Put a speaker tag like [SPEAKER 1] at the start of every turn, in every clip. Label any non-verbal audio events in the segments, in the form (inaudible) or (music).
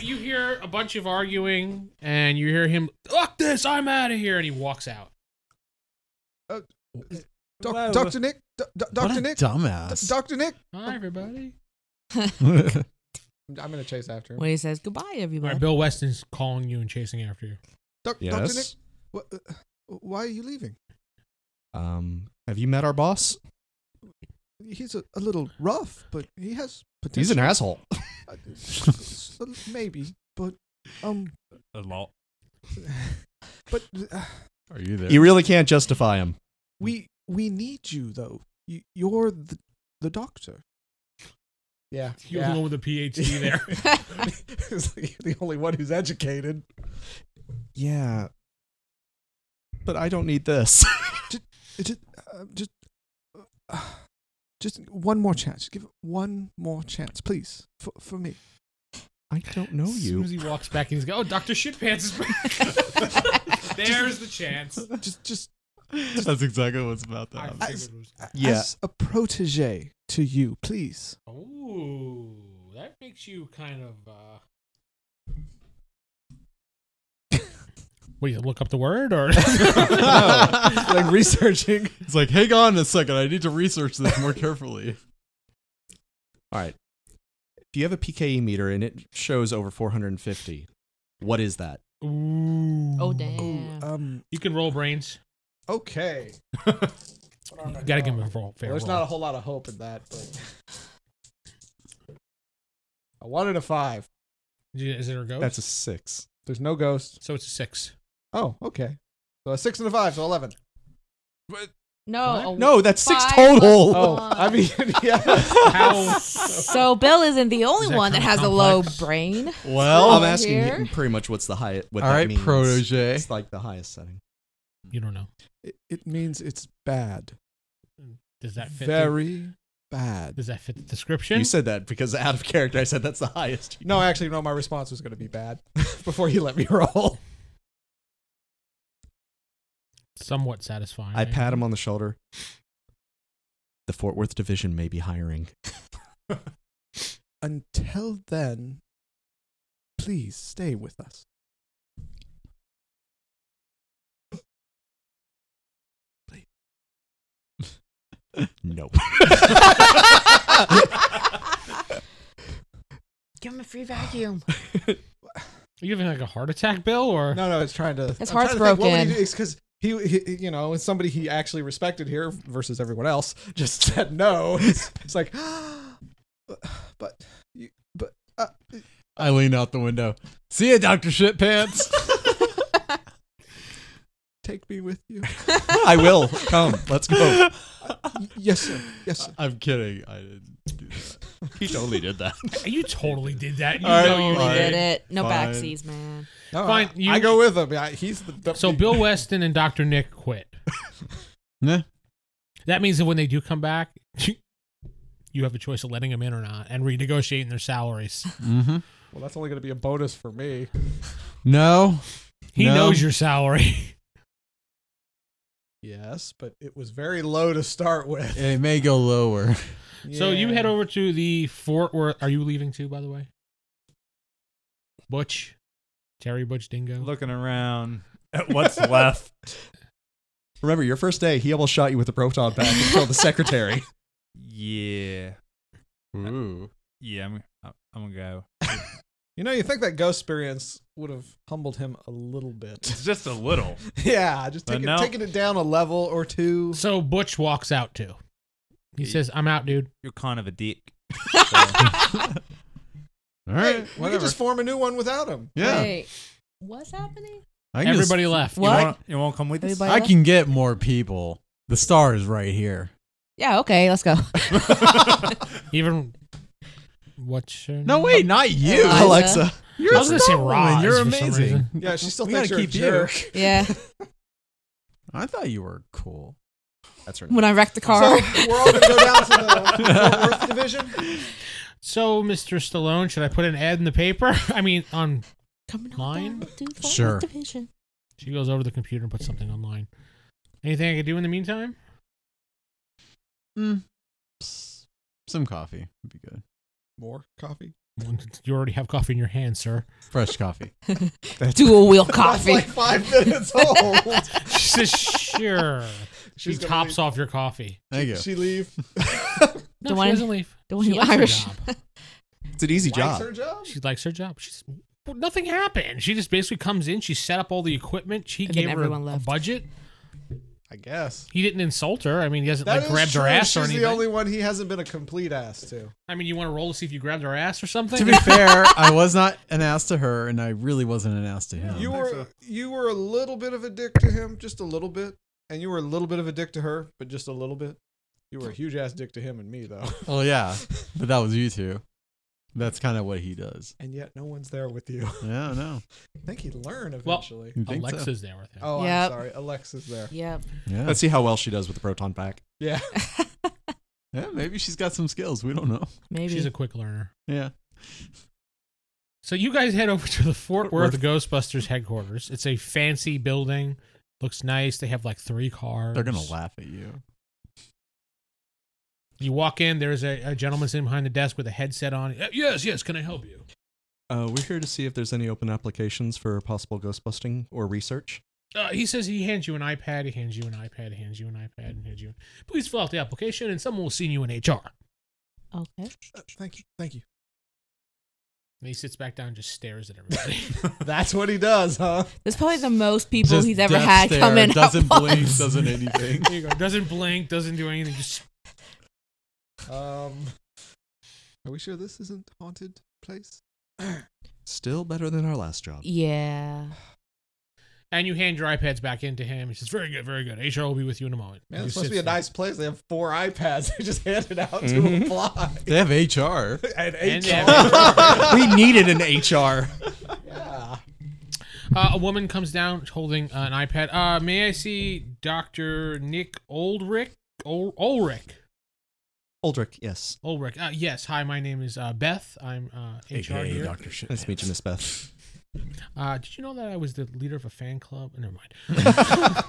[SPEAKER 1] you hear a bunch of arguing, and you hear him, "Fuck this! I'm out of here!" And he walks out.
[SPEAKER 2] Whoa.
[SPEAKER 3] Doc, Dr. Nick? Do- do-
[SPEAKER 4] What
[SPEAKER 3] Dr.
[SPEAKER 4] a
[SPEAKER 3] Nick? D-
[SPEAKER 4] dumbass. (laughs)
[SPEAKER 3] Dr. Nick?
[SPEAKER 1] Hi, everybody.
[SPEAKER 5] I'm gonna chase after him.
[SPEAKER 6] When he says goodbye,
[SPEAKER 1] All
[SPEAKER 6] everybody.
[SPEAKER 1] right, Bill Weston's calling you and chasing after you.
[SPEAKER 3] Doc, Dr. Nick?
[SPEAKER 7] Yes.
[SPEAKER 3] Wha- uh, why are you leaving?
[SPEAKER 7] Um, have you met our boss?
[SPEAKER 3] He's a, a little rough, but he has potential.
[SPEAKER 7] He's an asshole.
[SPEAKER 3] Uh, s- s- maybe, but um,
[SPEAKER 2] (laughs) A lot.
[SPEAKER 3] but uh,
[SPEAKER 4] Are you there?
[SPEAKER 7] You really can't justify him.
[SPEAKER 3] we we need you though. You, you're the, the doctor.
[SPEAKER 5] Yeah,
[SPEAKER 1] (laughs) You're
[SPEAKER 5] yeah.
[SPEAKER 1] the one with a
[SPEAKER 5] (laughs)
[SPEAKER 1] PhD there.
[SPEAKER 5] He's the only one who's educated.
[SPEAKER 7] Yeah. But I don't need this. (laughs)
[SPEAKER 3] It just, uh, just, uh, just one more chance. Give it one more chance, please, for for me.
[SPEAKER 7] I don't know
[SPEAKER 1] As soon
[SPEAKER 7] you.
[SPEAKER 1] as he walks back, he's going, "Oh, Doctor Shitpants
[SPEAKER 7] (laughs)
[SPEAKER 1] is back." There's the chance.
[SPEAKER 3] Just, just
[SPEAKER 7] That's exactly what's about
[SPEAKER 1] I
[SPEAKER 3] I-
[SPEAKER 1] figured it was.
[SPEAKER 7] Yeah.
[SPEAKER 3] as a protege to you, please.
[SPEAKER 1] Ooh, that makes you kind of. uh What do you look up the word or?
[SPEAKER 7] (laughs) like researching.
[SPEAKER 4] It's like, hang on a second. I need to research this more carefully.
[SPEAKER 7] All right. If you have a PKE meter and it shows over 450, what is that?
[SPEAKER 1] Ooh.
[SPEAKER 6] oh damn.
[SPEAKER 3] Ooh,
[SPEAKER 5] uh,
[SPEAKER 3] um,
[SPEAKER 1] You can roll brains.
[SPEAKER 5] Okay.
[SPEAKER 1] You gotta give him a roll. Fair
[SPEAKER 5] There's
[SPEAKER 1] roll.
[SPEAKER 5] not a whole lot of hope in that, but (laughs) a one and a five.
[SPEAKER 1] Is it a ghost?
[SPEAKER 7] That's a six.
[SPEAKER 5] There's no ghost.
[SPEAKER 1] so it's a six.
[SPEAKER 5] Oh, okay. So a six and a five, so eleven.
[SPEAKER 6] No. a
[SPEAKER 7] No, that's six
[SPEAKER 6] five
[SPEAKER 7] total.
[SPEAKER 6] plus
[SPEAKER 5] Oh,
[SPEAKER 6] one. (laughs)
[SPEAKER 5] I mean, (laughs) yeah. (laughs)
[SPEAKER 1] How?
[SPEAKER 6] So Bill isn't the
[SPEAKER 1] oh,
[SPEAKER 6] only
[SPEAKER 1] Is that
[SPEAKER 6] one that
[SPEAKER 1] kinda
[SPEAKER 6] has a low
[SPEAKER 1] complex?
[SPEAKER 6] brain.
[SPEAKER 7] Well, I'm
[SPEAKER 6] Oh,
[SPEAKER 7] asking
[SPEAKER 6] here?
[SPEAKER 7] you pretty much what's the highest. What
[SPEAKER 4] All
[SPEAKER 7] that
[SPEAKER 4] right,
[SPEAKER 7] means.
[SPEAKER 4] protege.
[SPEAKER 7] It's like the highest setting.
[SPEAKER 1] you don't know.
[SPEAKER 3] it, it means it's bad,
[SPEAKER 1] Does that fit? The,
[SPEAKER 3] very bad.
[SPEAKER 1] does that fit the description?
[SPEAKER 7] You said that because out of character, I said that's the highest.
[SPEAKER 5] No, actually, no. My response was going to be bad (laughs) before you let me (laughs) roll.
[SPEAKER 1] Somewhat satisfying.
[SPEAKER 7] I pat him on the shoulder. The Fort Worth division may be hiring.
[SPEAKER 3] Until then, please stay with us.
[SPEAKER 7] No.
[SPEAKER 6] Give him a free vacuum.
[SPEAKER 1] Are you having like a heart attack, Bill,
[SPEAKER 4] (laughs)
[SPEAKER 1] or
[SPEAKER 5] No, no. It's trying to.
[SPEAKER 6] His
[SPEAKER 5] I'm
[SPEAKER 6] heart's
[SPEAKER 5] trying to think, what would
[SPEAKER 6] broken.
[SPEAKER 5] he do? It's because he, he, he- you know, when somebody he actually respected here versus everyone else just (laughs) said no. It's, it's like (gasps)
[SPEAKER 3] But you, but
[SPEAKER 4] I lean out the window. See ya, Doctor (laughs) Shitpants.
[SPEAKER 3] take me with you.
[SPEAKER 7] I will. Come. Let's go.
[SPEAKER 3] Y- yes, sir. Yes,
[SPEAKER 4] (laughs)
[SPEAKER 3] sir.
[SPEAKER 4] I'm kidding. I didn't do that.
[SPEAKER 7] He totally did that.
[SPEAKER 1] (laughs) you totally did that? You
[SPEAKER 4] All right,
[SPEAKER 1] know you
[SPEAKER 4] all right.
[SPEAKER 1] did.
[SPEAKER 6] Did it. No
[SPEAKER 4] Fine.
[SPEAKER 6] backseas, man.
[SPEAKER 5] no,
[SPEAKER 1] Fine,
[SPEAKER 5] I,
[SPEAKER 1] you-
[SPEAKER 5] I go with him. I, he's the, the
[SPEAKER 1] So Bill Weston and Dr. Nick quit.
[SPEAKER 4] (laughs) Nah.
[SPEAKER 1] That means that when they do come back, (laughs) you have a choice of letting them in or not and renegotiating their salaries.
[SPEAKER 4] Mm-hmm.
[SPEAKER 5] Well, that's only going to be a bonus for me.
[SPEAKER 4] No.
[SPEAKER 1] He
[SPEAKER 4] No.
[SPEAKER 1] knows your
[SPEAKER 5] (laughs)
[SPEAKER 1] salary.
[SPEAKER 5] Yes, but it was very low to start with.
[SPEAKER 4] It may go lower.
[SPEAKER 1] So you
[SPEAKER 5] Yeah.
[SPEAKER 1] head over to the Fort Worth. Are you leaving too, by the way? Butch, Terry Butch Dingo.
[SPEAKER 2] Looking around at what's
[SPEAKER 7] (laughs)
[SPEAKER 2] left.
[SPEAKER 7] Remember, your first day, he almost shot you with a proton pack and killed the
[SPEAKER 4] (laughs)
[SPEAKER 7] secretary.
[SPEAKER 2] Yeah.
[SPEAKER 4] Ooh.
[SPEAKER 2] Yeah, I'm, I'm gonna go.
[SPEAKER 5] You know, you think that ghost experience would have humbled him a little bit. (laughs)
[SPEAKER 2] It's just a little.
[SPEAKER 5] yeah, just
[SPEAKER 2] But
[SPEAKER 5] taking,
[SPEAKER 2] no.
[SPEAKER 5] taking it down a level or two.
[SPEAKER 1] So Butch walks out too. He
[SPEAKER 2] Yeah.
[SPEAKER 7] (laughs)
[SPEAKER 1] says, "I'm out, dude."
[SPEAKER 2] You're kind of a dick.
[SPEAKER 4] All right.
[SPEAKER 5] We
[SPEAKER 4] Whatever.
[SPEAKER 5] could just form a new one without him.
[SPEAKER 4] yeah.
[SPEAKER 6] Wait, what's happening?
[SPEAKER 4] I can just-
[SPEAKER 1] Everybody left.
[SPEAKER 6] What?
[SPEAKER 2] You, won't, you won't come with us?
[SPEAKER 6] Everybody
[SPEAKER 4] I
[SPEAKER 6] left?
[SPEAKER 4] can get more people. The star is right here.
[SPEAKER 6] Yeah, okay, (laughs) let's go.
[SPEAKER 1] Even what's your
[SPEAKER 4] No,
[SPEAKER 1] name?
[SPEAKER 4] wait, not you,
[SPEAKER 6] Alexa.
[SPEAKER 4] You're
[SPEAKER 1] I was gonna say
[SPEAKER 4] Star-Woman.
[SPEAKER 1] Roz
[SPEAKER 4] You're
[SPEAKER 1] for some
[SPEAKER 4] amazing.
[SPEAKER 1] reason.
[SPEAKER 5] Yeah, she still
[SPEAKER 4] We
[SPEAKER 5] thinks
[SPEAKER 4] gotta
[SPEAKER 5] you're
[SPEAKER 4] keep
[SPEAKER 5] a
[SPEAKER 4] you.
[SPEAKER 5] jerk.
[SPEAKER 6] yeah,
[SPEAKER 4] I thought you were cool.
[SPEAKER 7] That's her name.
[SPEAKER 6] when I wrecked the
[SPEAKER 5] So
[SPEAKER 6] car.
[SPEAKER 5] we're all gonna go down to the Fort Worth division.
[SPEAKER 1] So, Mr. Stallone, should I put an ad in the paper? (laughs) I mean, on
[SPEAKER 6] Coming on
[SPEAKER 1] Mine?
[SPEAKER 6] down to Fort Worth
[SPEAKER 4] Sure.
[SPEAKER 6] Division.
[SPEAKER 1] she goes over to the computer and puts something online. Anything I could do in the meantime? (laughs)
[SPEAKER 4] Psst. Some coffee would be good.
[SPEAKER 5] More coffee.
[SPEAKER 1] You already have coffee in your hand, sir. (laughs)
[SPEAKER 4] Fresh coffee. (laughs)
[SPEAKER 6] Dual wheel coffee.
[SPEAKER 5] That's like five minutes old.
[SPEAKER 1] She says,
[SPEAKER 5] (laughs)
[SPEAKER 1] "Sure." she
[SPEAKER 5] She's gonna
[SPEAKER 1] tops
[SPEAKER 5] leave.
[SPEAKER 1] off your coffee.
[SPEAKER 4] Thank you.
[SPEAKER 5] She leave.
[SPEAKER 1] No,
[SPEAKER 6] Don't
[SPEAKER 1] she
[SPEAKER 6] want-
[SPEAKER 1] doesn't leave.
[SPEAKER 6] don't
[SPEAKER 1] she
[SPEAKER 6] want
[SPEAKER 1] likes
[SPEAKER 6] Irish. (laughs)
[SPEAKER 1] her job.
[SPEAKER 7] It's an easy
[SPEAKER 5] Likes
[SPEAKER 7] job.
[SPEAKER 5] her job.
[SPEAKER 1] She likes her job. She's well, nothing happened. She just basically comes in. She set up all the equipment. She
[SPEAKER 6] And then
[SPEAKER 1] gave her
[SPEAKER 6] everyone
[SPEAKER 1] a
[SPEAKER 6] left.
[SPEAKER 1] budget.
[SPEAKER 5] I guess.
[SPEAKER 1] He didn't insult her. I mean, he hasn't
[SPEAKER 5] That
[SPEAKER 1] like
[SPEAKER 5] is
[SPEAKER 1] grabbed her
[SPEAKER 5] true.
[SPEAKER 1] ass
[SPEAKER 5] She's
[SPEAKER 1] or anything.
[SPEAKER 5] the only one he hasn't been a complete ass to.
[SPEAKER 1] I mean, you want to roll to see if you grabbed her ass or something?
[SPEAKER 4] to
[SPEAKER 5] (laughs)
[SPEAKER 4] be fair, I was not an ass to her, and I really wasn't an ass to him.
[SPEAKER 5] You were you were a little bit of a dick to him, just a little bit, and you were a little bit of a dick to her, but just a little bit. You were a huge ass dick to him and me though, (laughs)
[SPEAKER 4] Well, yeah, but that was you two. That's kind of what he does.
[SPEAKER 5] and yet no one's there with you.
[SPEAKER 4] Yeah, I know.
[SPEAKER 5] I think he'd learn
[SPEAKER 1] Well-
[SPEAKER 5] eventually.
[SPEAKER 4] You think so?
[SPEAKER 1] Alexa's there with him.
[SPEAKER 5] Oh,
[SPEAKER 6] Yep.
[SPEAKER 5] I'm sorry, Alexa's there.
[SPEAKER 6] Yep. (laughs)
[SPEAKER 4] Yeah.
[SPEAKER 7] Let's see how well she does with the proton pack.
[SPEAKER 5] Yeah,
[SPEAKER 4] yeah, maybe she's got some skills. We don't know.
[SPEAKER 6] Maybe.
[SPEAKER 1] She's a quick learner.
[SPEAKER 4] Yeah.
[SPEAKER 1] So you guys head over to the Fort
[SPEAKER 4] Fort
[SPEAKER 1] Worth Ghostbusters headquarters. It's a fancy building. Looks nice. They have like three cars.
[SPEAKER 4] They're going to laugh at you.
[SPEAKER 1] You walk in. There's a, a gentleman sitting behind the desk with a headset on. "Uh, Yes, yes. Can I help you?
[SPEAKER 7] Uh, we're here to see if there's any open applications for possible ghost busting or research.
[SPEAKER 1] Uh, he says he hands you an iPad. He hands you an iPad. He hands you an iPad. And hands you. Please fill out the application, and someone will see you in HR.
[SPEAKER 6] okay.
[SPEAKER 5] thank you, thank you.
[SPEAKER 1] And he sits back down, and just stares at
[SPEAKER 5] (laughs)
[SPEAKER 1] everybody.
[SPEAKER 5] That's what he
[SPEAKER 1] (laughs)
[SPEAKER 5] does, huh?
[SPEAKER 6] There's probably the most people
[SPEAKER 4] Just
[SPEAKER 6] he's ever
[SPEAKER 4] death
[SPEAKER 6] had
[SPEAKER 4] stare,
[SPEAKER 6] come in. at
[SPEAKER 4] Doesn't blink,
[SPEAKER 6] once.
[SPEAKER 4] doesn't
[SPEAKER 1] (laughs)
[SPEAKER 4] anything.
[SPEAKER 1] there you go. Doesn't blink. Doesn't do anything. Just
[SPEAKER 5] Um, are we sure this isn't haunted place?
[SPEAKER 7] Still better than our last job.
[SPEAKER 6] (laughs) Yeah.
[SPEAKER 1] and you hand your iPads back into him. He says, "Very good, very good. HR will be with you in a moment."
[SPEAKER 5] Man,
[SPEAKER 1] He
[SPEAKER 5] it's supposed to
[SPEAKER 1] sits
[SPEAKER 5] be a
[SPEAKER 1] there.
[SPEAKER 5] nice place. They have four iPads. (laughs) They just handed out to
[SPEAKER 4] Mm-hmm.
[SPEAKER 7] Mhm.
[SPEAKER 5] apply.
[SPEAKER 4] They have HR.
[SPEAKER 5] And
[SPEAKER 1] And
[SPEAKER 5] eight.
[SPEAKER 1] they
[SPEAKER 5] cars.
[SPEAKER 7] we needed an HR.
[SPEAKER 5] yeah.
[SPEAKER 1] Uh, a woman comes down holding an iPad. Uh, may I see Doctor Nick Oldrick? Ol- Ulrich.
[SPEAKER 7] Aldrich, yes.
[SPEAKER 1] Ulrich. Uh, yes. Hi, my name is uh, Beth. I'm uh,
[SPEAKER 4] (laughs)
[SPEAKER 1] HR here.
[SPEAKER 4] Dr. Shit.
[SPEAKER 7] Nice to meet you, Miss
[SPEAKER 4] (laughs)
[SPEAKER 7] Beth.
[SPEAKER 1] Uh, did you know that I was the leader of a fan club? Never mind.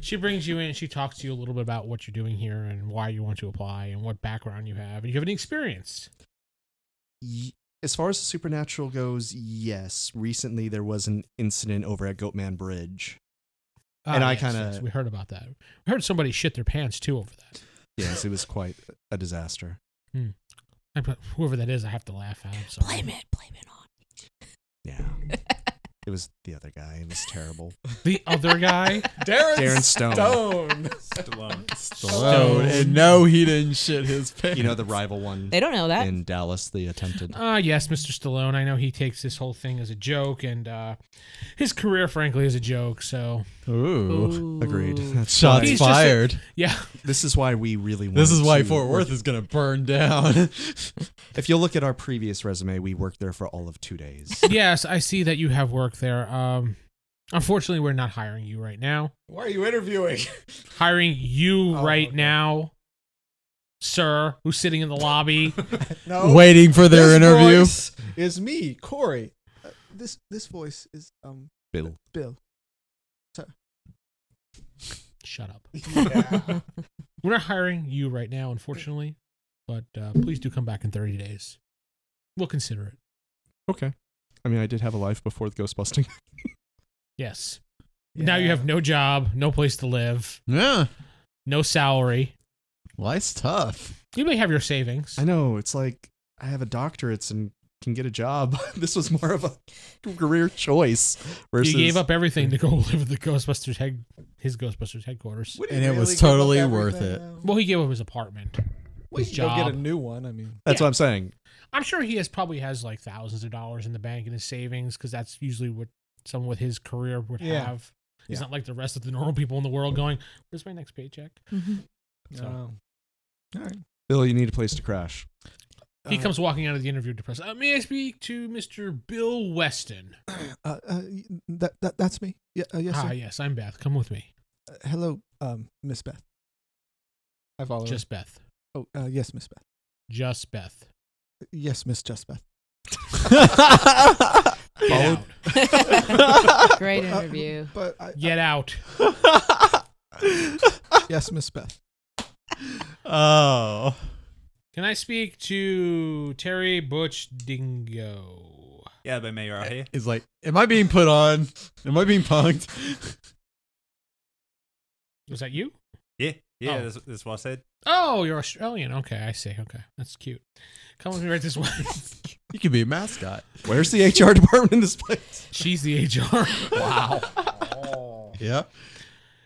[SPEAKER 1] She brings you in. She talks to you a little bit about what you're doing here and why you want to apply and what background you have. And you have any experience?
[SPEAKER 7] Y- As far as the supernatural goes, yes. Recently, there was an incident over at Goatman Bridge.
[SPEAKER 1] Uh,
[SPEAKER 7] And I
[SPEAKER 1] yes,
[SPEAKER 7] kinda-
[SPEAKER 1] yes, we heard about that. We heard somebody shit their pants too over that.
[SPEAKER 7] Yes, it was quite a disaster.
[SPEAKER 1] I, but whoever that is, I have to laugh at. I'm sorry.
[SPEAKER 6] Blame it. Blame it on.
[SPEAKER 7] Yeah. It was the other guy. It was terrible.
[SPEAKER 1] The other guy.
[SPEAKER 5] Darren,
[SPEAKER 7] Darren Stone.
[SPEAKER 5] Stone.
[SPEAKER 4] Stone. Oh, And no, he didn't shit his pants.
[SPEAKER 7] You know, the rival one
[SPEAKER 6] They don't know that.
[SPEAKER 7] in Dallas, the attempted.
[SPEAKER 1] Ah, yes, Mr. Stallone. I know he takes this whole thing as a joke, and uh, his career, frankly, is a joke. So,
[SPEAKER 4] Ooh.
[SPEAKER 7] Agreed. That's
[SPEAKER 4] Shots
[SPEAKER 1] He's just a-
[SPEAKER 4] fired.
[SPEAKER 1] yeah, (laughs)
[SPEAKER 7] why- This is why we really.
[SPEAKER 4] this is
[SPEAKER 7] wanted
[SPEAKER 4] why
[SPEAKER 7] to
[SPEAKER 4] Fort Worth
[SPEAKER 7] work-
[SPEAKER 4] is going to burn (laughs) down.
[SPEAKER 7] If you look at our previous resume, we worked there for all of two days.
[SPEAKER 1] yes, I see that you have work there. Um, unfortunately, we're not hiring you right now.
[SPEAKER 5] Why are you interviewing? (laughs)
[SPEAKER 1] Hiring you
[SPEAKER 5] Oh,
[SPEAKER 1] right
[SPEAKER 5] okay.
[SPEAKER 1] now, sir, who's sitting in the lobby. (laughs)
[SPEAKER 5] No.
[SPEAKER 4] Waiting for their
[SPEAKER 5] this
[SPEAKER 4] interview.
[SPEAKER 5] voice is me, Corey.
[SPEAKER 3] Uh, this this voice is um
[SPEAKER 7] Bill.
[SPEAKER 3] Bill.
[SPEAKER 1] Shut up.
[SPEAKER 5] Yeah.
[SPEAKER 1] We're not hiring you right now, unfortunately, but uh, please do come back in 30 days. We'll consider it.
[SPEAKER 7] (laughs) Okay. I mean, I did have a life before the ghost busting.
[SPEAKER 1] Yes. Now you have no job, no place to live,
[SPEAKER 4] Yeah.
[SPEAKER 1] no salary.
[SPEAKER 4] Life's tough.
[SPEAKER 1] You may have your savings.
[SPEAKER 7] I know. It's like I have a doctorate and can get a job. (laughs) this was more of a career choice versus.
[SPEAKER 1] You gave up everything to go (laughs) live at the Ghostbusters head, his Ghostbusters headquarters.
[SPEAKER 5] Would he
[SPEAKER 4] And it was
[SPEAKER 5] give up
[SPEAKER 4] totally
[SPEAKER 5] everything
[SPEAKER 4] worth it.
[SPEAKER 5] now?
[SPEAKER 1] Well, he gave up his apartment.
[SPEAKER 5] we
[SPEAKER 1] his
[SPEAKER 5] should go get
[SPEAKER 1] job.
[SPEAKER 5] a new one. I mean,
[SPEAKER 7] That's what I'm saying.
[SPEAKER 1] I'm sure he has probably has like thousands of dollars in the bank in his savings because that's usually what someone with his career would
[SPEAKER 5] Yeah.
[SPEAKER 1] have. He's
[SPEAKER 5] Yeah.
[SPEAKER 1] not like the rest of the normal people in the world going, "Where's my next paycheck?" So-
[SPEAKER 5] all right.
[SPEAKER 7] Bill, you need a place to crash.
[SPEAKER 1] he comes walking out of the interview depressed. Uh, may I speak to Mr. Bill Weston?
[SPEAKER 3] Uh, uh, y- that, that that's me. Yeah. Uh, yes.
[SPEAKER 1] ah,
[SPEAKER 3] sir.
[SPEAKER 1] yes, I'm Beth. Come with me.
[SPEAKER 3] Uh, hello, um, Miss Beth.
[SPEAKER 5] I follow. him.
[SPEAKER 1] Just Beth.
[SPEAKER 3] Oh, uh, yes, Miss Beth.
[SPEAKER 1] Just Beth.
[SPEAKER 3] Yes, Miss Just Beth.
[SPEAKER 1] Get
[SPEAKER 7] Followed-
[SPEAKER 1] out.
[SPEAKER 4] (laughs)
[SPEAKER 6] Great
[SPEAKER 3] Uh,
[SPEAKER 6] interview.
[SPEAKER 3] But I,
[SPEAKER 1] Get out.
[SPEAKER 3] (laughs) yes, Miss Beth.
[SPEAKER 4] oh.
[SPEAKER 1] Can I speak to Terry Butch Dingo?
[SPEAKER 2] Yeah, by Mayor
[SPEAKER 1] Uh,
[SPEAKER 2] Ahe.
[SPEAKER 4] It's like, am I being put on? Am I being punked?
[SPEAKER 1] Was that you?
[SPEAKER 2] Yeah, yeah,
[SPEAKER 1] Oh.
[SPEAKER 2] that's, that's what I said.
[SPEAKER 1] Oh, you're Australian. Okay, I see. Okay, that's cute. Come with me right this way.
[SPEAKER 4] You could be a mascot.
[SPEAKER 7] Where's the HR department in this place?
[SPEAKER 1] She's the HR. Wow.
[SPEAKER 4] Yeah.
[SPEAKER 1] (laughs)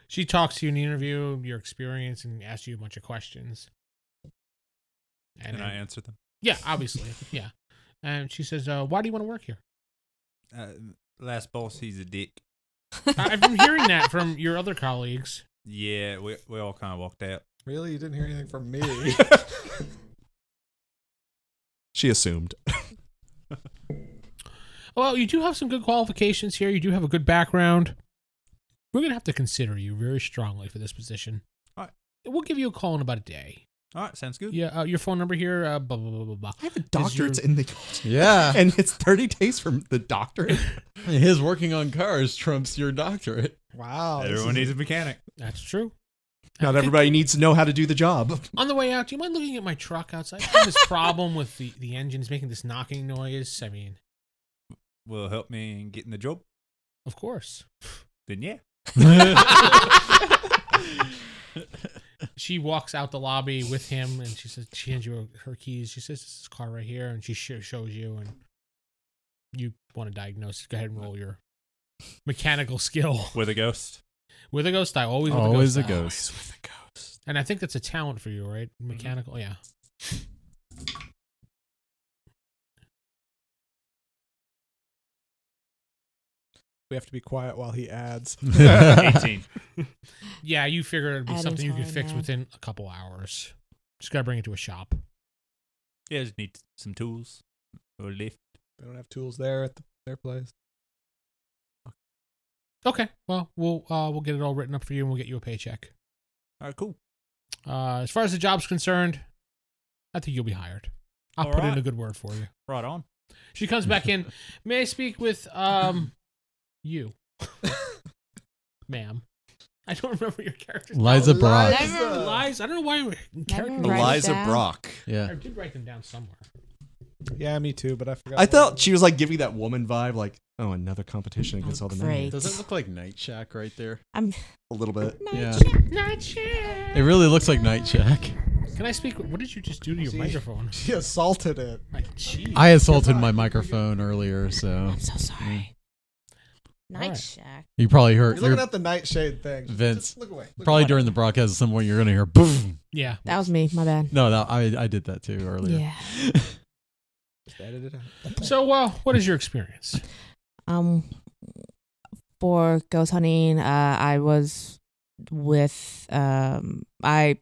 [SPEAKER 1] She talks to you in the interview, your experience, and asks you a bunch of questions. And,
[SPEAKER 2] And I answered them.
[SPEAKER 1] yeah, obviously, yeah. And she says, uh, "Why do you want to work here?"
[SPEAKER 2] Uh, last boss, he's a dick.
[SPEAKER 1] I- I've been hearing that from your other colleagues.
[SPEAKER 2] Yeah, we, we all kind of walked out.
[SPEAKER 5] Really, you didn't hear anything from me.
[SPEAKER 1] (laughs)
[SPEAKER 7] She assumed.
[SPEAKER 1] Well, you do have some good qualifications here. You do have a good background. We're gonna have to consider you very strongly for this position.
[SPEAKER 2] All right.
[SPEAKER 1] We'll give you a call in about a day.
[SPEAKER 2] All right, sounds good.
[SPEAKER 1] Yeah, uh, your phone number here. Uh, blah blah blah blah blah.
[SPEAKER 7] I have a
[SPEAKER 1] your-
[SPEAKER 7] doctorate in the (laughs)
[SPEAKER 4] Yeah.
[SPEAKER 7] and it's 30 days from the doctorate.
[SPEAKER 1] (laughs)
[SPEAKER 4] His working on cars trumps your doctorate.
[SPEAKER 5] wow. this is-
[SPEAKER 2] Everyone needs a mechanic.
[SPEAKER 1] That's true.
[SPEAKER 7] Not everybody needs to know how to do the job.
[SPEAKER 1] On the way out, do you mind looking at my truck outside? I have this problem with the the engines making this knocking noise. I mean,
[SPEAKER 2] Will help me in getting the job.
[SPEAKER 1] of course.
[SPEAKER 2] Then yeah.
[SPEAKER 1] She walks out the lobby with him, and she says, "She hands you her keys." She says, "This is car right here," and she sh- shows you, and you want to diagnose. Go ahead and roll your mechanical skill (laughs)
[SPEAKER 2] With
[SPEAKER 7] (laughs)
[SPEAKER 2] a ghost.
[SPEAKER 1] with a ghost die. Always, with
[SPEAKER 4] Always
[SPEAKER 1] a
[SPEAKER 4] a
[SPEAKER 1] ghost. die.
[SPEAKER 4] ghost.
[SPEAKER 1] And I think that's a talent for you, right? Mechanical, yeah.
[SPEAKER 5] (laughs) We have to be quiet while he
[SPEAKER 1] (laughs)
[SPEAKER 5] adds.
[SPEAKER 2] 18.
[SPEAKER 1] Yeah, you figure it'd be
[SPEAKER 6] Adding
[SPEAKER 1] something you could
[SPEAKER 6] time,
[SPEAKER 1] fix
[SPEAKER 6] yeah.
[SPEAKER 1] within a couple hours. Just gotta bring it to a shop.
[SPEAKER 2] yeah, just need some tools. Or lift.
[SPEAKER 5] They don't have tools there at the, their place.
[SPEAKER 1] Okay. Well, we'll uh, we'll get it all written up for you, and we'll get you a paycheck.
[SPEAKER 2] All right, cool.
[SPEAKER 1] Uh, as far as the job's concerned, I think you'll be hired. I'll
[SPEAKER 2] All
[SPEAKER 1] put in
[SPEAKER 2] right.
[SPEAKER 1] a good word for you.
[SPEAKER 2] Right on.
[SPEAKER 1] She comes back in. May I speak with um you, ma'am? I don't remember your character's
[SPEAKER 4] Liza Brock.
[SPEAKER 6] Never
[SPEAKER 5] uh,
[SPEAKER 1] name. Lies. I don't know why. we're- Character
[SPEAKER 6] Never mind.
[SPEAKER 1] names.
[SPEAKER 6] Eliza down.
[SPEAKER 7] Brock.
[SPEAKER 4] Yeah.
[SPEAKER 1] I did write them down somewhere.
[SPEAKER 5] Yeah, me too, but I forgot.
[SPEAKER 7] I
[SPEAKER 5] (laughs)
[SPEAKER 7] thought she was like giving that woman vibe, like, oh, another competition against all the men.
[SPEAKER 6] Great.
[SPEAKER 4] Does it look like Night Shack right there?
[SPEAKER 6] I'm
[SPEAKER 7] A little bit.
[SPEAKER 6] not
[SPEAKER 4] Yeah.
[SPEAKER 6] sure.
[SPEAKER 1] Not sure.
[SPEAKER 4] It really looks like Night Shack.
[SPEAKER 1] Can I speak? What did you just do to your
[SPEAKER 5] Jeez.
[SPEAKER 1] microphone?
[SPEAKER 5] she assaulted it.
[SPEAKER 1] My jeez.
[SPEAKER 4] I assaulted my microphone earlier, so
[SPEAKER 6] I'm so sorry.
[SPEAKER 4] Mm.
[SPEAKER 6] Night
[SPEAKER 1] Alright.
[SPEAKER 6] Shack.
[SPEAKER 4] you probably heard.
[SPEAKER 5] You're looking
[SPEAKER 4] you're-
[SPEAKER 5] at the nightshade thing. Just-
[SPEAKER 4] Vince,
[SPEAKER 5] just look away. Look
[SPEAKER 4] probably
[SPEAKER 5] away.
[SPEAKER 4] during the broadcast at some point, you're gonna hear boom.
[SPEAKER 1] Yeah.
[SPEAKER 6] That was me. My bad.
[SPEAKER 4] No, that, I I did that too earlier.
[SPEAKER 6] Yeah.
[SPEAKER 5] Just edit it out.
[SPEAKER 1] So, uh, what is your experience?
[SPEAKER 6] Um, for ghost hunting, uh, I was with um, I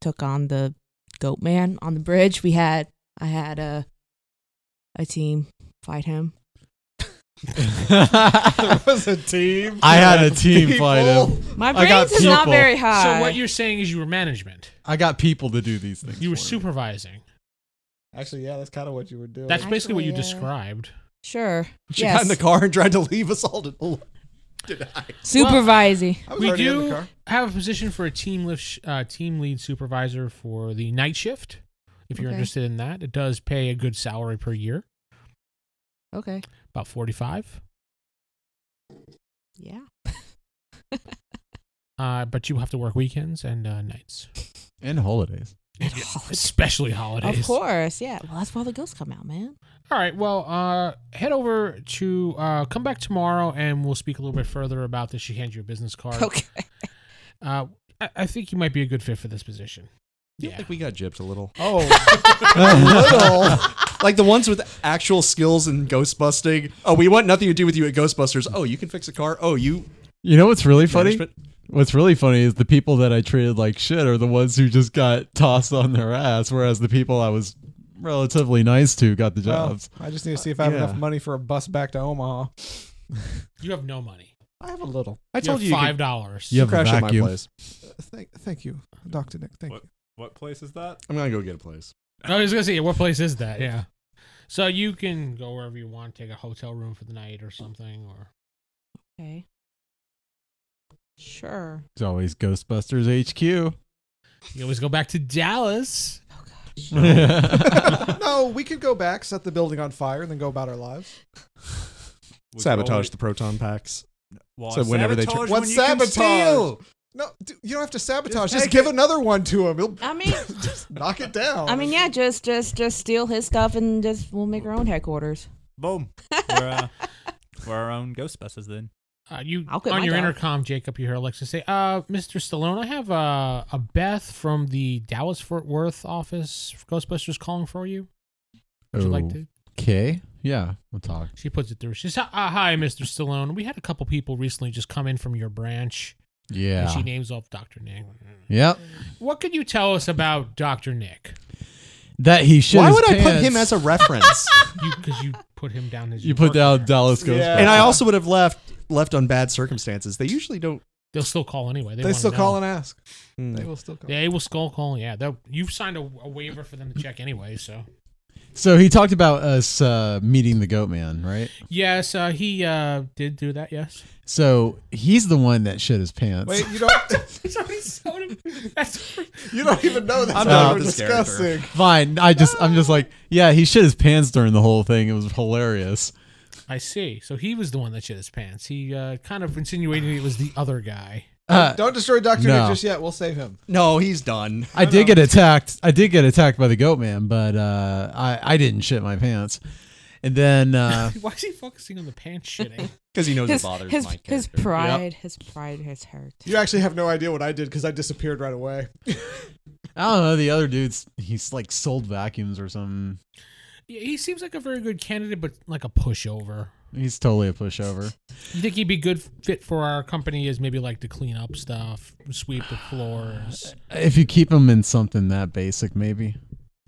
[SPEAKER 6] took on the goat man on the bridge. We had I had a a team fight him.
[SPEAKER 4] (laughs)
[SPEAKER 7] (laughs)
[SPEAKER 4] I
[SPEAKER 5] There was a team.
[SPEAKER 4] had a team fight him.
[SPEAKER 6] My
[SPEAKER 4] I got
[SPEAKER 6] brains is not
[SPEAKER 4] people.
[SPEAKER 6] very high.
[SPEAKER 1] So, what you're saying is you were management.
[SPEAKER 4] I got people to do these things.
[SPEAKER 1] You were
[SPEAKER 4] for me.
[SPEAKER 1] supervising.
[SPEAKER 5] Actually, yeah, that's kind of what you were doing.
[SPEAKER 1] That's basically what you
[SPEAKER 6] Actually, yeah.
[SPEAKER 1] described.
[SPEAKER 6] sure?
[SPEAKER 7] She
[SPEAKER 6] yes.
[SPEAKER 7] got in the car and tried to leave us all to
[SPEAKER 6] Supervising.
[SPEAKER 5] I was
[SPEAKER 1] We
[SPEAKER 5] already in
[SPEAKER 1] do-
[SPEAKER 5] the car.
[SPEAKER 1] have a position for a team lift sh- uh, team lead supervisor for the night shift. If you're
[SPEAKER 6] Okay.
[SPEAKER 1] interested in that, it does pay a good salary per year,
[SPEAKER 6] okay.
[SPEAKER 1] about forty five.
[SPEAKER 6] Yeah.
[SPEAKER 1] Uh, but you have to work weekends and uh, nights,
[SPEAKER 4] and holidays.
[SPEAKER 1] especially holidays.
[SPEAKER 6] Of course. Yeah. Well, that's why the ghosts come out, man.
[SPEAKER 1] All right. Well, uh, head over to uh, come back tomorrow, and we'll speak a little bit further about this. She hands you a business card.
[SPEAKER 6] Okay.
[SPEAKER 1] Uh, I-, I think you might be a good fit for this position. Oh.
[SPEAKER 7] I think we got gypped (laughs) a little.
[SPEAKER 5] Oh,
[SPEAKER 4] Little.
[SPEAKER 7] like the ones with actual skills in ghost busting. Oh, we want nothing to do with you at Ghostbusters. Oh, you can fix a car. Oh, you
[SPEAKER 4] You know what's really funny?
[SPEAKER 7] management.
[SPEAKER 4] What's really funny is the people that I treated like shit are the ones who just got tossed on their ass, whereas the people I was relatively nice to got the
[SPEAKER 5] Well,
[SPEAKER 4] jobs.
[SPEAKER 5] I just need to see if I have
[SPEAKER 4] Yeah.
[SPEAKER 5] enough money for a bus back to Omaha. Uh,
[SPEAKER 1] You have no money.
[SPEAKER 5] I have a little.
[SPEAKER 7] I told you,
[SPEAKER 1] have five dollars.
[SPEAKER 4] you have a
[SPEAKER 7] crash at my
[SPEAKER 4] vacuum.
[SPEAKER 7] place.
[SPEAKER 3] Thank, thank you, Doctor Nick. Thank
[SPEAKER 2] What? What place is that?
[SPEAKER 7] I'm gonna go get a place.
[SPEAKER 1] I was gonna say, what place is that? Yeah. So you can go wherever you want, take a hotel room for the night or something, or
[SPEAKER 6] Okay. Sure.
[SPEAKER 4] It's always Ghostbusters HQ.
[SPEAKER 1] you always go back to Dallas.
[SPEAKER 4] (laughs)
[SPEAKER 5] (laughs) No, we could go back, set the building on fire, and then go about our lives.
[SPEAKER 2] We could
[SPEAKER 7] Sabotage
[SPEAKER 2] always-
[SPEAKER 7] the proton packs.
[SPEAKER 2] Well,
[SPEAKER 7] so whenever they turn-
[SPEAKER 2] sabotage
[SPEAKER 5] What
[SPEAKER 2] when you can
[SPEAKER 5] sabotage?
[SPEAKER 2] steal!
[SPEAKER 5] No, dude, you don't have to sabotage.
[SPEAKER 2] Just
[SPEAKER 5] Just,
[SPEAKER 2] take
[SPEAKER 5] give
[SPEAKER 2] it.
[SPEAKER 5] another one to him. He'll
[SPEAKER 6] I mean,
[SPEAKER 5] just knock it down.
[SPEAKER 6] I mean, yeah, just just just steal his stuff and just we'll make our own headquarters.
[SPEAKER 2] Boom. We're,
[SPEAKER 7] (laughs)
[SPEAKER 2] uh, we're our own Ghostbusters then.
[SPEAKER 1] Uh, you
[SPEAKER 6] I'll quit
[SPEAKER 1] on
[SPEAKER 6] my
[SPEAKER 1] your
[SPEAKER 6] job.
[SPEAKER 1] intercom, Jacob. You hear Alexa say, "Uh, Mr. Stallone, I have uh, a Beth from the Dallas Fort Worth office, for Ghostbusters, calling for you. Would you
[SPEAKER 7] Oh.
[SPEAKER 1] like to?"
[SPEAKER 4] Okay. Yeah, we'll talk.
[SPEAKER 1] She puts it through. She says, uh, "Hi, Mr. Stallone. We had a couple people recently just come in from your branch, and
[SPEAKER 4] Yeah.
[SPEAKER 1] she names off Doctor Nick.
[SPEAKER 4] Yep.
[SPEAKER 1] What could you tell us about Doctor Nick?
[SPEAKER 4] That he should.
[SPEAKER 7] Why would I put him as a reference?
[SPEAKER 1] You because you put him down as
[SPEAKER 4] You
[SPEAKER 1] your
[SPEAKER 4] put
[SPEAKER 1] partner.
[SPEAKER 4] down Dallas Ghostbusters.
[SPEAKER 5] Yeah.
[SPEAKER 7] and I also would have left left on bad circumstances. They usually don't.
[SPEAKER 1] They'll still call anyway. They,
[SPEAKER 5] they
[SPEAKER 1] wanna
[SPEAKER 5] still
[SPEAKER 1] know.
[SPEAKER 5] call and ask.
[SPEAKER 7] Hmm.
[SPEAKER 5] They will still call.
[SPEAKER 1] They will still call. Yeah, they'll- you've signed a, a waiver for them to check anyway. So
[SPEAKER 4] So he talked about us uh, meeting the Goat Man, right?
[SPEAKER 1] yes, uh, he uh, did do that. Yes.
[SPEAKER 4] So he's the one that shit his pants.
[SPEAKER 5] Wait, you don't. (laughs)
[SPEAKER 1] That's
[SPEAKER 5] You don't even know that's
[SPEAKER 7] I'm
[SPEAKER 5] what
[SPEAKER 7] done
[SPEAKER 5] we're
[SPEAKER 7] with this character.
[SPEAKER 5] discussing.
[SPEAKER 4] Fine. I just, I'm just like, yeah, he shit his pants during the whole thing. It was hilarious.
[SPEAKER 1] I see. So he was the one that shit his pants. He uh, kind of insinuated it was the other guy.
[SPEAKER 4] Uh,
[SPEAKER 5] Don't destroy Doctor
[SPEAKER 4] No.
[SPEAKER 5] Nick just yet. We'll save him.
[SPEAKER 7] No, he's done.
[SPEAKER 4] I did get attacked. I did get attacked by the Goat Man, but uh, I, I didn't shit my pants. And then, uh,
[SPEAKER 1] (laughs)
[SPEAKER 4] (laughs)
[SPEAKER 1] Why is he focusing on the pants shitting? (laughs)
[SPEAKER 7] because he knows
[SPEAKER 6] His
[SPEAKER 7] it bothers
[SPEAKER 6] his,
[SPEAKER 7] my
[SPEAKER 6] his
[SPEAKER 7] character.
[SPEAKER 6] pride, his pride has hurt.
[SPEAKER 5] You actually have no idea what I did because I disappeared right away.
[SPEAKER 4] I don't know, the other dude's he's like sold vacuums or something.
[SPEAKER 1] Yeah, he seems like a very good candidate, but like a pushover.
[SPEAKER 4] He's totally a
[SPEAKER 5] (laughs)
[SPEAKER 4] pushover.
[SPEAKER 1] You think he'd be good fit for our company as maybe like to clean up stuff, sweep the floors.
[SPEAKER 4] (sighs) If you keep him in something that basic, maybe.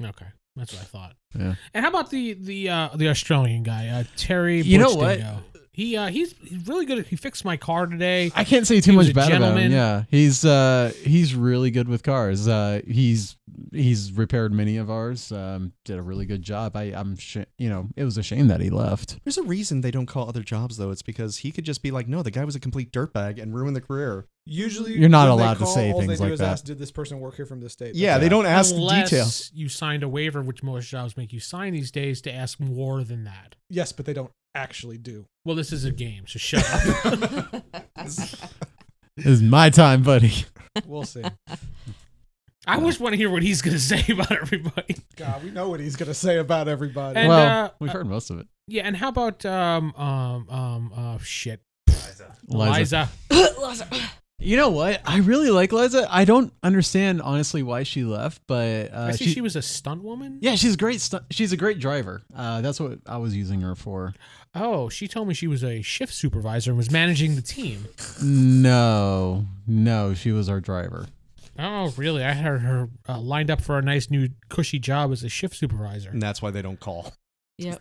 [SPEAKER 1] Okay, that's what I thought.
[SPEAKER 4] Yeah.
[SPEAKER 1] And how about the the uh, the Australian guy, uh, Terry?
[SPEAKER 4] You know what?
[SPEAKER 1] Butchdingo? He uh, he's he's really good. at- He fixed my car today.
[SPEAKER 4] I can't say too
[SPEAKER 1] He was
[SPEAKER 4] much
[SPEAKER 1] a
[SPEAKER 4] bad about
[SPEAKER 1] gentleman.
[SPEAKER 4] him. Yeah, he's uh, he's really good with cars. Uh, he's he's repaired many of ours. Um, did a really good job. I I'm sh- you know it was a shame that he left.
[SPEAKER 7] There's a reason they don't call other jobs though. It's because he could just be like, no, the guy was a complete dirtbag and ruined the career.
[SPEAKER 5] Usually,
[SPEAKER 4] You're not
[SPEAKER 5] when they
[SPEAKER 4] allowed to
[SPEAKER 5] call,
[SPEAKER 4] say
[SPEAKER 5] all they
[SPEAKER 4] things
[SPEAKER 5] do
[SPEAKER 4] like
[SPEAKER 5] is
[SPEAKER 4] that.
[SPEAKER 5] Ask, Did this person work here from this state?
[SPEAKER 7] Yeah, they don't ask
[SPEAKER 1] Unless
[SPEAKER 7] the details.
[SPEAKER 1] you signed a waiver, which most jobs make you sign these days, to ask more than that.
[SPEAKER 5] Yes, but they don't actually do.
[SPEAKER 1] Well, this is a game, so shut up.
[SPEAKER 4] (laughs) This is my time, buddy.
[SPEAKER 5] We'll see.
[SPEAKER 1] I just want to hear what he's going to (laughs) say about everybody.
[SPEAKER 5] God, we know what he's gonna say about
[SPEAKER 1] (laughs)
[SPEAKER 5] everybody.
[SPEAKER 1] And,
[SPEAKER 4] well,
[SPEAKER 1] uh,
[SPEAKER 4] we've heard most of it.
[SPEAKER 1] Yeah, and how about um um um uh shit,
[SPEAKER 4] Liza.
[SPEAKER 1] Eliza?
[SPEAKER 4] You know what? I really like Liza. I don't understand honestly why she left, but uh,
[SPEAKER 1] I see she, was a stunt woman.
[SPEAKER 4] yeah, she's a great. Stu- she's a great driver. Uh, that's what I was using her for.
[SPEAKER 1] Oh, she told me she was a shift supervisor and was managing the team.
[SPEAKER 4] No, no, she was our driver.
[SPEAKER 1] Oh, really? I had her uh, lined up for a nice new cushy job as a shift supervisor.
[SPEAKER 7] And that's why they don't call.
[SPEAKER 6] Yep.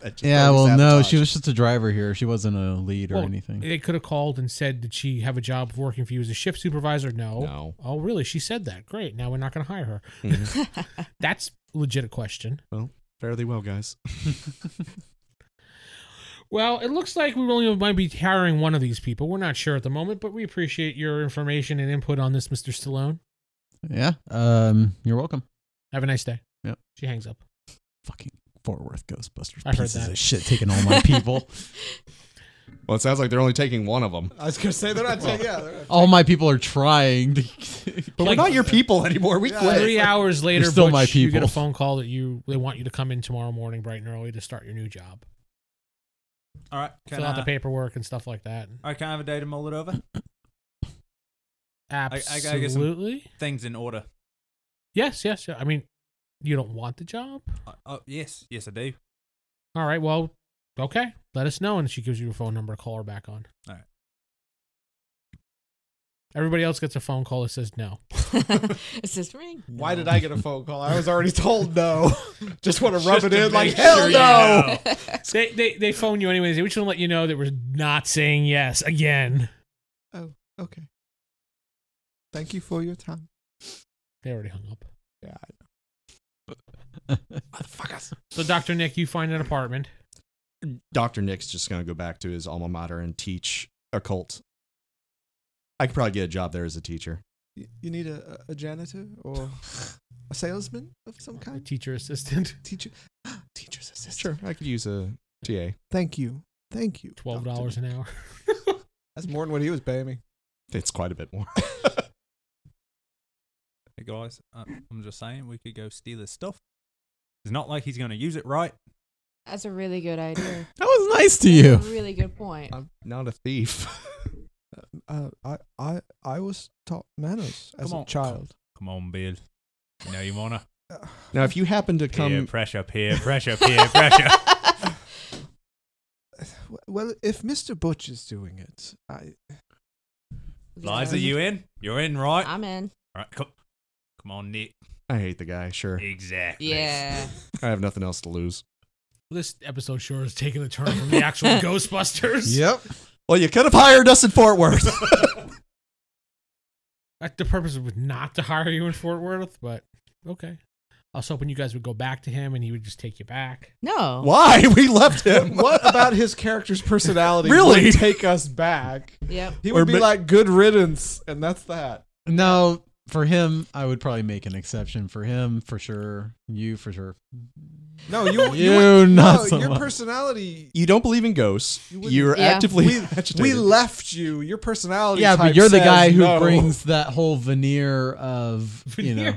[SPEAKER 7] (laughs) That just
[SPEAKER 4] Yeah, well,
[SPEAKER 7] totally
[SPEAKER 4] no,
[SPEAKER 7] sabotage.
[SPEAKER 4] she was just a driver here. She wasn't a lead or
[SPEAKER 1] Well,
[SPEAKER 4] anything.
[SPEAKER 1] They could have called and said, "Did she have a job working for you as a shift supervisor?" No.
[SPEAKER 7] (laughs) No.
[SPEAKER 1] Oh, really? She said that. Great. Now we're not going to hire her.
[SPEAKER 7] Mhm.
[SPEAKER 1] (laughs) That's a legit question.
[SPEAKER 7] Fairly well, guys.
[SPEAKER 1] Well, it looks like we only might be hiring one of these people. We're not sure at the moment, but we appreciate your information and input on this, Mr. Stallone.
[SPEAKER 4] yeah, um, you're welcome.
[SPEAKER 1] Have a nice day.
[SPEAKER 4] Yeah.
[SPEAKER 1] She hangs up.
[SPEAKER 4] Fucking Fort Worth Ghostbusters
[SPEAKER 1] I heard
[SPEAKER 4] pieces
[SPEAKER 1] that.
[SPEAKER 4] of shit taking all my people.
[SPEAKER 7] Well, it sounds like they're only taking one of them.
[SPEAKER 5] I was gonna say they're not. saying yeah, they're
[SPEAKER 4] (laughs) all my people are trying to. (laughs)
[SPEAKER 7] But
[SPEAKER 1] Like-
[SPEAKER 7] we're not your people anymore. We
[SPEAKER 5] Yeah.
[SPEAKER 7] quit.
[SPEAKER 1] Three hours later,
[SPEAKER 4] still
[SPEAKER 1] Butch,
[SPEAKER 4] my
[SPEAKER 1] you get a
[SPEAKER 4] people.
[SPEAKER 1] phone call that you they want you to come in tomorrow morning, bright and early, to start your new job.
[SPEAKER 2] All right. Can
[SPEAKER 1] Fill
[SPEAKER 2] I,
[SPEAKER 1] out the paperwork and stuff like that.
[SPEAKER 2] all right, can I have a day to mull it over? I- I gotta get some-
[SPEAKER 1] Absolutely.
[SPEAKER 2] Things in order.
[SPEAKER 1] Yes, yes. yeah. I mean, you don't want the job.
[SPEAKER 2] Uh, oh, yes. Yes, I do.
[SPEAKER 1] All right. Well, okay. Let us know, and she gives you a phone number. Call her back on.
[SPEAKER 2] All right.
[SPEAKER 1] Everybody else gets a phone call that says no.
[SPEAKER 6] (laughs) it's just ring.
[SPEAKER 5] Why did I get
[SPEAKER 7] (laughs)
[SPEAKER 5] a phone call? I was already told no. Just want to rub
[SPEAKER 2] Just
[SPEAKER 5] it
[SPEAKER 2] to
[SPEAKER 5] in like
[SPEAKER 2] make
[SPEAKER 5] hell
[SPEAKER 2] sure you
[SPEAKER 5] no.
[SPEAKER 6] (laughs)
[SPEAKER 2] know.
[SPEAKER 1] they, they they phone you anyways. They just want to let you know that we're not saying yes again.
[SPEAKER 3] Oh, Okay. Thank you for your time.
[SPEAKER 1] They already hung up.
[SPEAKER 5] Yeah,
[SPEAKER 1] Motherfuckers. So, Doctor Nick, you find an apartment.
[SPEAKER 7] Dr. Nick's just going to go back to his alma mater and teach occult. I could probably get a job there as a teacher.
[SPEAKER 3] Y- You need a, a janitor or a salesman of some
[SPEAKER 1] A (laughs)
[SPEAKER 3] kind?
[SPEAKER 1] teacher assistant.
[SPEAKER 3] Teacher, teacher's assistant.
[SPEAKER 7] Sure, I could use a TA.
[SPEAKER 3] Thank you. Thank you.
[SPEAKER 1] Twelve dollars an hour. (laughs)
[SPEAKER 5] that's more than what he was paying me.
[SPEAKER 7] It's quite a bit more. (laughs)
[SPEAKER 2] Hey guys, I- I'm just saying we could go steal his stuff. It's not like he's going to use it right.
[SPEAKER 6] That's a really good idea.
[SPEAKER 4] That was nice to you.
[SPEAKER 6] really good point.
[SPEAKER 7] I'm (laughs) not a thief.
[SPEAKER 3] Uh, I, I, I was taught manners as
[SPEAKER 2] Come on.
[SPEAKER 3] a child.
[SPEAKER 2] Come on, Bill. You know you wanna
[SPEAKER 3] Uh,
[SPEAKER 7] now, if you happen to
[SPEAKER 2] peer
[SPEAKER 7] come,
[SPEAKER 2] pressure, peer pressure, peer pressure.
[SPEAKER 6] (laughs)
[SPEAKER 3] w- well, if Mr. Butch is doing it, I,
[SPEAKER 2] Liza, you in? You're in, right?
[SPEAKER 6] I'm in.
[SPEAKER 2] All right, come, come on, Nick.
[SPEAKER 7] I hate the guy, sure.
[SPEAKER 2] Exactly.
[SPEAKER 6] Yeah.
[SPEAKER 7] I have nothing else to lose.
[SPEAKER 1] this episode sure is taking a turn from the actual Ghostbusters.
[SPEAKER 7] Yep. Well, you could have hired us in Fort Worth.
[SPEAKER 1] That- the purpose was not to hire you in Fort Worth, but okay. I was hoping you guys would go back to him and he would just take you back.
[SPEAKER 6] No.
[SPEAKER 7] Why? (laughs) We left him.
[SPEAKER 5] (laughs) What about his character's personality
[SPEAKER 7] Really?
[SPEAKER 5] would (laughs) take us back?
[SPEAKER 6] Yep.
[SPEAKER 5] He
[SPEAKER 7] Or
[SPEAKER 5] would be
[SPEAKER 7] ma-
[SPEAKER 5] like, good riddance, and that's that.
[SPEAKER 4] (laughs) No, for him, I would probably make an exception for him for sure. You for sure. (laughs)
[SPEAKER 5] No, you,
[SPEAKER 4] You,
[SPEAKER 5] you,
[SPEAKER 4] not
[SPEAKER 5] no,
[SPEAKER 4] so
[SPEAKER 5] your
[SPEAKER 4] much.
[SPEAKER 5] personality.
[SPEAKER 7] You don't believe in ghosts.
[SPEAKER 5] You wouldn't-
[SPEAKER 7] You're
[SPEAKER 6] Yeah.
[SPEAKER 7] actively
[SPEAKER 5] We,
[SPEAKER 7] agitated.
[SPEAKER 5] we left you. Your personality.
[SPEAKER 4] yeah,
[SPEAKER 5] type
[SPEAKER 4] but you're the
[SPEAKER 5] says
[SPEAKER 4] guy who
[SPEAKER 5] no.
[SPEAKER 4] brings that whole veneer of you know.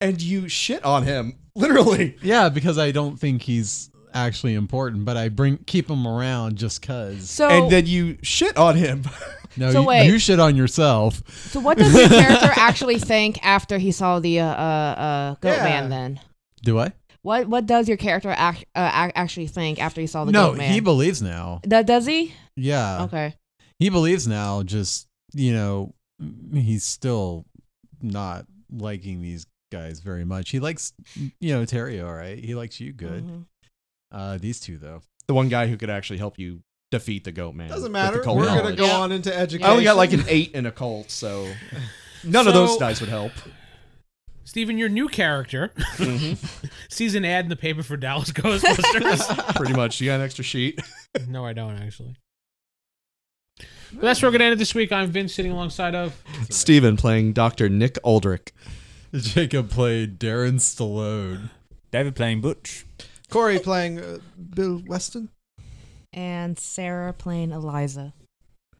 [SPEAKER 7] and you shit on him. Literally.
[SPEAKER 4] Yeah, because I don't think he's actually important, but I bring keep him around just cause.
[SPEAKER 6] So,
[SPEAKER 7] And then you shit on him.
[SPEAKER 4] No,
[SPEAKER 6] So
[SPEAKER 4] you,
[SPEAKER 6] wait.
[SPEAKER 4] you shit on yourself.
[SPEAKER 6] so what does
[SPEAKER 4] (laughs)
[SPEAKER 6] your character actually think after he saw the uh, uh, uh, goat
[SPEAKER 5] Yeah.
[SPEAKER 6] man? Then
[SPEAKER 4] Do I?
[SPEAKER 6] what what does your character ac- uh, ac- actually think after he saw the
[SPEAKER 4] No,
[SPEAKER 6] goat man?
[SPEAKER 4] he believes now.
[SPEAKER 6] Th- does he?
[SPEAKER 4] Yeah,
[SPEAKER 6] okay.
[SPEAKER 4] he believes now. Just you know, he's still not liking these guys very much. He likes you know Terry, all right. He likes you good.
[SPEAKER 6] Mhm.
[SPEAKER 4] Uh, these two though. (laughs)
[SPEAKER 7] the one guy who could actually help you defeat the goat man.
[SPEAKER 5] Doesn't
[SPEAKER 7] with
[SPEAKER 5] matter.
[SPEAKER 7] occult
[SPEAKER 5] We're
[SPEAKER 7] knowledge.
[SPEAKER 5] gonna go
[SPEAKER 6] Yeah.
[SPEAKER 5] on into education.
[SPEAKER 7] I only got like
[SPEAKER 5] (laughs)
[SPEAKER 7] an eight in a cult, so none of
[SPEAKER 1] So-
[SPEAKER 7] those dice would (laughs) help.
[SPEAKER 1] Steven, your new character (laughs) sees an ad in the paper for Dallas
[SPEAKER 7] (laughs)
[SPEAKER 1] Ghostbusters. (laughs)
[SPEAKER 7] Pretty much. You got an extra sheet.
[SPEAKER 1] no, I don't actually. But that's where we're gonna end it this week. I've been sitting alongside of
[SPEAKER 7] Steven playing Dr. Nick Aldrich.
[SPEAKER 4] Jacob played Darren Stallone.
[SPEAKER 2] David playing Butch.
[SPEAKER 3] Corey playing uh, Bill Weston.
[SPEAKER 6] And Sarah playing Eliza.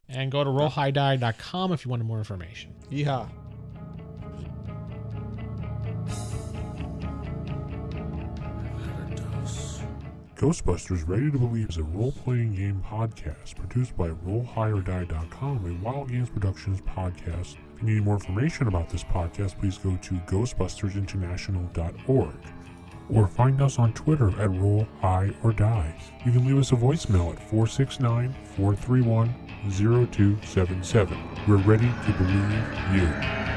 [SPEAKER 1] and go to rollhighdie.com if you wanted more information.
[SPEAKER 5] Yeehaw.
[SPEAKER 8] Ghostbusters Ready to Believe is a role playing game podcast produced by RollHigherDie.com, a Wild Games Productions podcast. If you need more information about this podcast, please go to GhostbustersInternational.org or find us on Twitter at Roll High or Die. You can leave us a voicemail at 469 431 0277. We're ready to believe you.